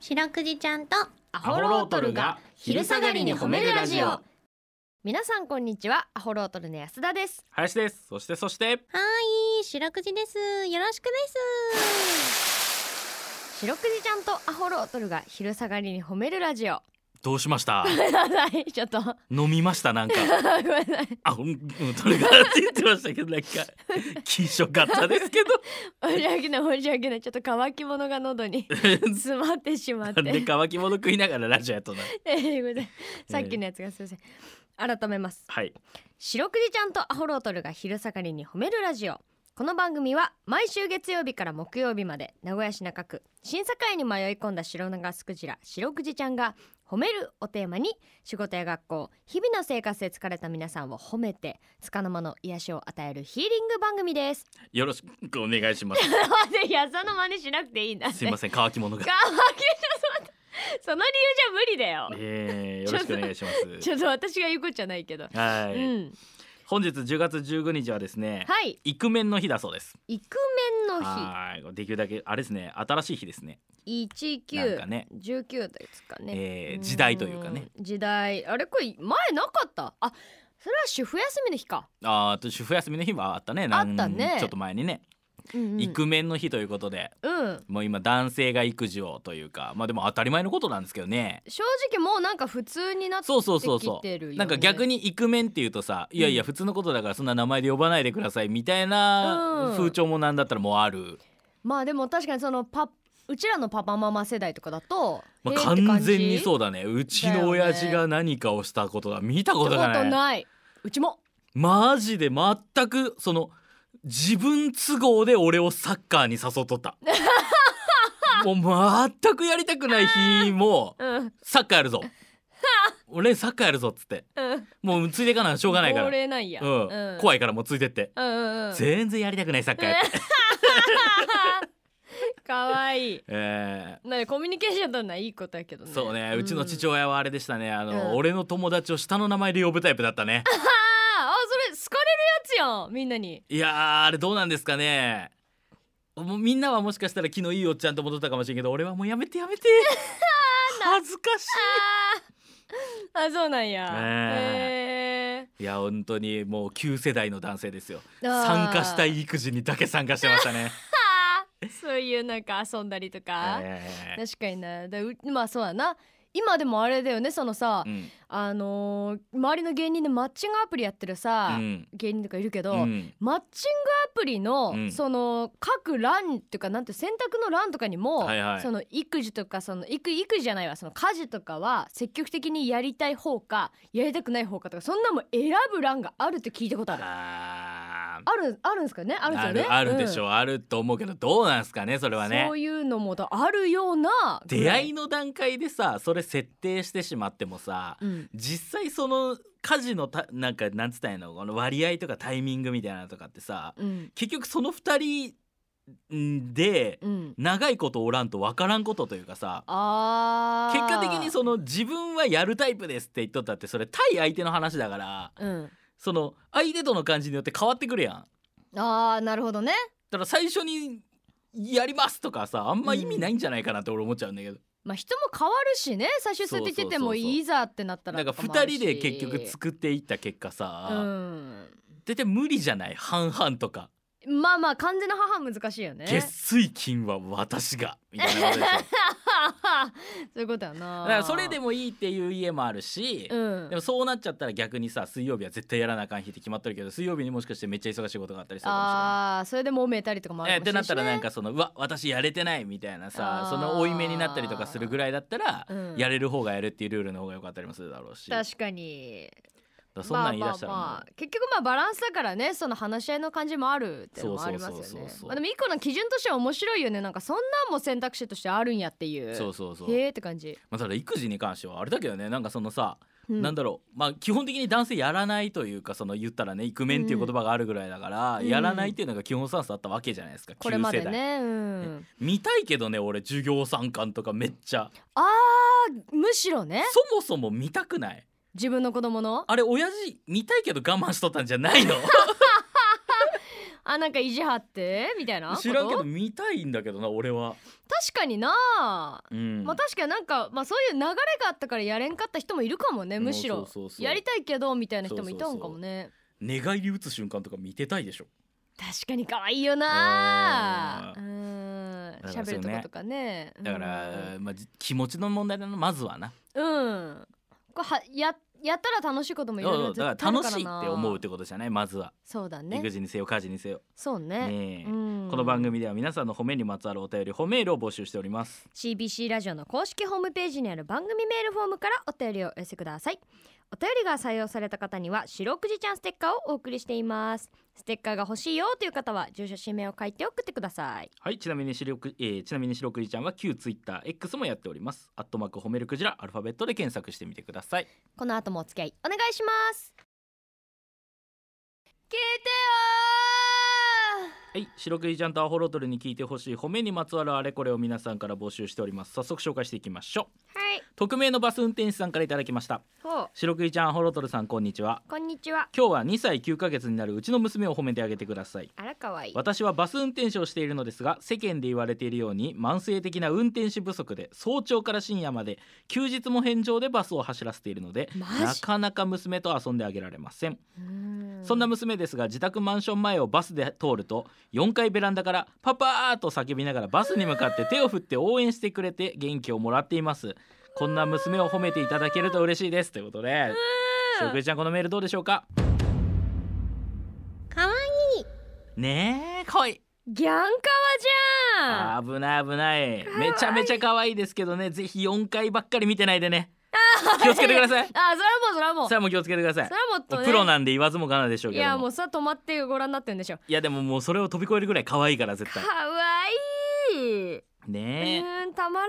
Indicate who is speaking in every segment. Speaker 1: 白くじちゃんと
Speaker 2: ア
Speaker 3: ホロートルが昼下がりに褒めるラジオ
Speaker 2: 皆さんこんにちはアホロートルの安田です
Speaker 3: 林ですそしてそして
Speaker 1: はい白くじですよろしくです
Speaker 2: 白くじちゃんとアホロートルが昼下がりに褒めるラジオ
Speaker 3: どうしました
Speaker 2: ごめんなさい ちょっ と
Speaker 3: 飲みましたなんか
Speaker 2: ごめんなさい
Speaker 3: あうんうんトルガーって言ってましたけどなんか気色かったですけ
Speaker 2: 申し訳ない申し訳ないちょっと乾き物が喉 に
Speaker 3: ど
Speaker 2: 詰まってしまっ
Speaker 3: な
Speaker 2: て
Speaker 3: んで 乾き物食いながらラジオやっとんの
Speaker 2: えーごめんなさいさっきのやつがすいません改めます
Speaker 3: はい
Speaker 2: 白くじちゃんとアホロートルが昼下がりに褒めるラジオこの番組は毎週月曜日から木曜日まで名古屋市中区審査会に迷い込んだ白長スクジラ白くじちゃんが「褒める」をテーマに仕事や学校日々の生活で疲れた皆さんを褒めて束の間の癒しを与えるヒーリング番組です。
Speaker 3: よろしくお願いします
Speaker 2: いやその真似しなくていいんだって。
Speaker 3: すいません乾き物が
Speaker 2: かわいいその理由じゃ無理だよ。
Speaker 3: えー、よろしくお願いします
Speaker 2: ちょっと私が言うことじゃないけど。
Speaker 3: は
Speaker 2: う
Speaker 3: い、
Speaker 2: ん、
Speaker 3: 本日10月15日はですね、
Speaker 2: はい
Speaker 3: イクメンの日だそうです
Speaker 2: イクメンの日。
Speaker 3: はいこれできるだけあれですね新しい日ですね
Speaker 2: 一
Speaker 3: なん
Speaker 2: 九
Speaker 3: かね
Speaker 2: 十九ですかね、
Speaker 3: えー時代というかね
Speaker 2: うん時代あれこれ前なかったあそれは主婦休みの日か、
Speaker 3: あーあと主婦休みの日はあったねなん
Speaker 2: あったね
Speaker 3: ちょっと前にね、
Speaker 2: うんうん、
Speaker 3: イクメンの日ということで
Speaker 2: うん
Speaker 3: もう今男性が育児をというかまあでも当たり前のことなんですけどね
Speaker 2: 正直もうなんか普通になって
Speaker 3: そうそうそう
Speaker 2: き
Speaker 3: そ
Speaker 2: てるよ、
Speaker 3: う
Speaker 2: ね、
Speaker 3: なんか逆にイクメンっていうとさいやいや
Speaker 2: うん
Speaker 3: 普通のことだからそんな名前で呼ばないでくださいみたいな
Speaker 2: うん
Speaker 3: 風潮もなんだったらもうある、
Speaker 2: まあでも確かにそのパうちらのパパママ世代とかだと、
Speaker 3: まあ、
Speaker 2: えーって
Speaker 3: 完
Speaker 2: 感じ
Speaker 3: 全にそうだねうちの親父が何かをしたことだ見たことが
Speaker 2: ってこと
Speaker 3: ない
Speaker 2: ないいうちも
Speaker 3: マジで全くその自分都合で俺をサッカーに誘っとった もう全くやりたくない日も
Speaker 2: うん
Speaker 3: サッカーやるぞ俺サッカーやるぞっつって
Speaker 2: うん
Speaker 3: もうついていかなしょうがないから
Speaker 2: 亡、霊なんや、
Speaker 3: うん
Speaker 2: い
Speaker 3: 怖いからもうついてって、
Speaker 2: うんうんうん
Speaker 3: 全然やりたくないサッカーやって、
Speaker 2: かわいい
Speaker 3: え
Speaker 2: なんでコミュニケーション取るのはいいことやけど
Speaker 3: ー
Speaker 2: ね
Speaker 3: そうね、うちの
Speaker 2: ん
Speaker 3: 父親はあれでしたねあの、
Speaker 2: うん
Speaker 3: 俺の友達を下の名前で呼ぶタイプだったね
Speaker 2: ああそれ好かれるやつやんみんなに
Speaker 3: いやーあれどうなんですかねもうみんなはもしかしたら昨日いいおっちゃんと戻ったかもしれんけど俺はもうやめてや めて恥ずかし
Speaker 2: ああそうなんや
Speaker 3: ね
Speaker 2: へえ
Speaker 3: いいや本当にもう旧世代の男性ですよ
Speaker 2: あー
Speaker 3: 参加したい育児にだけ参加してまし たね、
Speaker 2: はあそういうなんか遊んだりとか、
Speaker 3: えー
Speaker 2: 確かになだうまあそうだな今でもあれだよねそのさ、
Speaker 3: うん
Speaker 2: あのー周りの芸人でマッチングアプリやってるさ、
Speaker 3: うん
Speaker 2: 芸人とかいるけど、
Speaker 3: うん
Speaker 2: マッチングアプリの、
Speaker 3: うん
Speaker 2: その各欄っていうかなんて選択の欄とかにも、
Speaker 3: はいはい
Speaker 2: その育児とかその育育児じゃないわその家事とかは積極的にやりたい方かやりたくない方かとかそんなもん選ぶ欄があるって聞いたことある。
Speaker 3: あー
Speaker 2: あるあるんですかねあるんですよね
Speaker 3: あるあるでしょ
Speaker 2: う
Speaker 3: う、あると思うけどどうなんすかねそれ
Speaker 2: ん
Speaker 3: はね
Speaker 2: そういうのもだあるような
Speaker 3: 出会い
Speaker 2: い、
Speaker 3: の段階でさそれ設定してしまってもさ
Speaker 2: うん
Speaker 3: 実際その家事のたなんかなんつったんやのこの割合とかタイミングみたいなのとかってさ
Speaker 2: うん
Speaker 3: 結局その2人で
Speaker 2: うん、
Speaker 3: 長いことおらんと分からんことというかさ
Speaker 2: あ
Speaker 3: 結
Speaker 2: ー
Speaker 3: 果的にその自分はやるタイプですって言っとったってそれ対相手の話だから
Speaker 2: うん、
Speaker 3: その相手との感じによって変わってくるやん。
Speaker 2: あーなるほどね
Speaker 3: だから最初にやりますとかさあんま意味ないんじゃないかなって俺思っちゃうんだけど、
Speaker 2: まあ人も変わるしね最初そうやって言ってても
Speaker 3: そうそうそうそう
Speaker 2: いざってなったら
Speaker 3: なんか
Speaker 2: ともあ
Speaker 3: 2
Speaker 2: るし
Speaker 3: 人で結局作っていった結果
Speaker 2: う
Speaker 3: さ、
Speaker 2: ん
Speaker 3: 大体無理じゃない半々とか
Speaker 2: まあまあ完全な母は難しいよね。
Speaker 3: 月水金は私がみたいなことで
Speaker 2: そ
Speaker 3: しょ
Speaker 2: ういうことやな。
Speaker 3: だからそれでもいいっていう家もあるし、
Speaker 2: うん。
Speaker 3: でもそうなっちゃったら逆にさ水曜日は絶対やらなあかん日って決まってるけど水曜日にもしかしてめっちゃ忙しいことがあったりするかもしれない。
Speaker 2: ああそれでもめたりとかもある
Speaker 3: え
Speaker 2: か
Speaker 3: っ
Speaker 2: もしてれな
Speaker 3: ないっ
Speaker 2: した
Speaker 3: らなん
Speaker 2: ね。
Speaker 3: かそのうわ私やれてないみたいな
Speaker 2: あ
Speaker 3: さ
Speaker 2: ー
Speaker 3: その負い目になったりとかするぐらいだったら、
Speaker 2: うん
Speaker 3: やれる方がやるっていうルールの方が良かったりもするだろうし
Speaker 2: 確かに。
Speaker 3: だからそんなん言い出したら
Speaker 2: まあ
Speaker 3: もう、
Speaker 2: まあまあ結局まあバランスだからねその話し合いの感じもあるっていうのもありますよ
Speaker 3: そうそうそう
Speaker 2: ね
Speaker 3: そう。そう
Speaker 2: まあでも一個の基準としては面白いよねなんかそんなんも選択肢としてあるんやっていう。
Speaker 3: そうそうそう、
Speaker 2: へえって感じ。
Speaker 3: まあ、ただ育児に関してはあれだけどねなんかそのさ、
Speaker 2: うん
Speaker 3: なんだろうまあ基本的に男性やらないというかその言ったらねイクメンっていう言葉があるぐらいだから、
Speaker 2: うん
Speaker 3: やらないっていうのが基本スタンスだったわけじゃないですか、
Speaker 2: これまで
Speaker 3: 旧世代
Speaker 2: ね。うん。
Speaker 3: 見たいけどね俺授業参観とかめっちゃ
Speaker 2: ああむしろね
Speaker 3: そもそも見たくない
Speaker 2: 自分の子供の。
Speaker 3: あれ親父見たいけど我慢しとったんじゃないの
Speaker 2: ああなんか意地張ってみたいなこと
Speaker 3: 知らんけど見たいんだけどな俺は、
Speaker 2: 確かにな、
Speaker 3: うん、
Speaker 2: まあ確かになんか、まあ、そういう流れがあったからやれんかった人もいるかもねむしろ
Speaker 3: そうそうそう
Speaker 2: やりたいけどみたいな人もいたんかもね
Speaker 3: 寝返り打つ瞬間とか見てたいでしょ
Speaker 2: 確かに可愛いよな
Speaker 3: う
Speaker 2: うんん
Speaker 3: だから
Speaker 2: 喋るとことかね
Speaker 3: だから、まあ、じ気持ちの問題だなまずはな
Speaker 2: うん、うんこれはややったら楽しいこともいろい
Speaker 3: そ
Speaker 2: ろ
Speaker 3: うだ
Speaker 2: 絶
Speaker 3: か
Speaker 2: 対あ
Speaker 3: ら
Speaker 2: る
Speaker 3: 楽
Speaker 2: からな
Speaker 3: しいって思うってことじゃないまずは、
Speaker 2: そうだね
Speaker 3: 育児にせよ家事にせよ、
Speaker 2: そうね
Speaker 3: ねえ
Speaker 2: うん
Speaker 3: この番組では皆さんの褒めにまつわるお便り褒めメールを募集しております
Speaker 2: CBC ラジオの公式ホームページにある番組メールフォームからお便りをお寄せくださいお便りが採用された方には白くじちゃんステッカーをお送りしていますステッカーが欲しいよという方は住所氏名を書いて送ってください
Speaker 3: はいちなみにしろく、えーちなみにしろくじちゃんは旧ツイッター X もやっておりますアットマーク褒めるクジラアルファベットで検索してみてください
Speaker 2: この後もお付き合いお願いします聞い
Speaker 3: はいしろくじちゃんとアホロトルに聞いてほしい褒めにまつわるあれこれを皆さんから募集しております早速紹介していきましょう
Speaker 2: てよはい
Speaker 3: 匿名のバス運転手さんからいただきました
Speaker 2: ほう
Speaker 3: しろくじちゃんアホロトルさんこんにちは
Speaker 2: こんにちは
Speaker 3: 今日は2歳9ヶ月になるうちの娘を褒めてあげてください
Speaker 2: あらかわいい
Speaker 3: 私はバス運転手をしているのですが世間で言われているように慢性的な運転手不足で早朝から深夜まで休日も返上でバスを走らせているので
Speaker 2: マ
Speaker 3: な
Speaker 2: ジ
Speaker 3: かなか娘と遊んであげられません、
Speaker 2: うん
Speaker 3: そんな娘ですが自宅マンション前をバスで通ると4階ベランダから「パパー!」と叫びながらバスに向かって手を振って応援してくれて元気をもらっていますこんな娘を褒めていただけると嬉しいですということでしょくじちゃんこのメールどうでしょうか
Speaker 1: かわい
Speaker 3: ねえかわいい
Speaker 2: ギャンカワじゃん
Speaker 3: あー危ない危ないめちゃめちゃ可愛いですけどねぜひ4回ばっかり見てないでね気をつけてくだ さい
Speaker 2: あそれはもうそれはもう
Speaker 3: さあもう気をつけてください
Speaker 2: それはもっとね
Speaker 3: プロなんで言わずもがなでしょう
Speaker 2: い
Speaker 3: けども
Speaker 2: やもうさ止まってご覧になってるんでしょ
Speaker 3: いやでももうそれを飛び越えるぐらい可愛いから絶
Speaker 2: か
Speaker 3: 対
Speaker 2: わいい、う
Speaker 3: ね
Speaker 2: ーんたまらん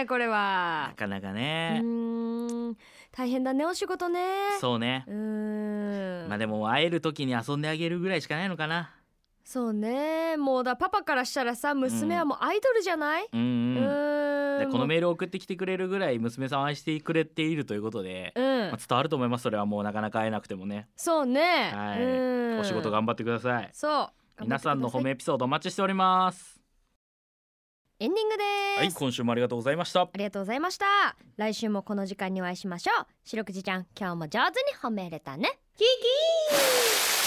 Speaker 2: ねこれ
Speaker 3: え
Speaker 2: は
Speaker 3: なかなか
Speaker 2: う
Speaker 3: ね
Speaker 2: ーん大変だねお仕事ね
Speaker 3: そうね
Speaker 2: うーん
Speaker 3: まあでも会える時に遊んであげるぐらいしかないのかな
Speaker 2: そうねもうだパパからしたらさ娘はもうアイドルじゃない、
Speaker 3: うん
Speaker 2: う
Speaker 3: うん
Speaker 2: ーん
Speaker 3: でこの
Speaker 2: 目
Speaker 3: メールを送ってきてくれるぐらい娘さんを愛してくれているということで、
Speaker 2: うん
Speaker 3: まあ、伝わると思いますそれはもうなかなか会えなくてもね、
Speaker 2: そうね、
Speaker 3: はい
Speaker 2: うん
Speaker 3: お仕事頑張ってください
Speaker 2: そう
Speaker 3: 皆さんの褒
Speaker 2: 頑張ってくだ
Speaker 3: め
Speaker 2: さい
Speaker 3: エピソードお待ちしております
Speaker 2: エンディングでーす、
Speaker 3: はい今週もありがとうございました
Speaker 2: ありがとうございました来週もこの時間にお会いしましょう白くじちゃん今日も上手に褒めれたねキキー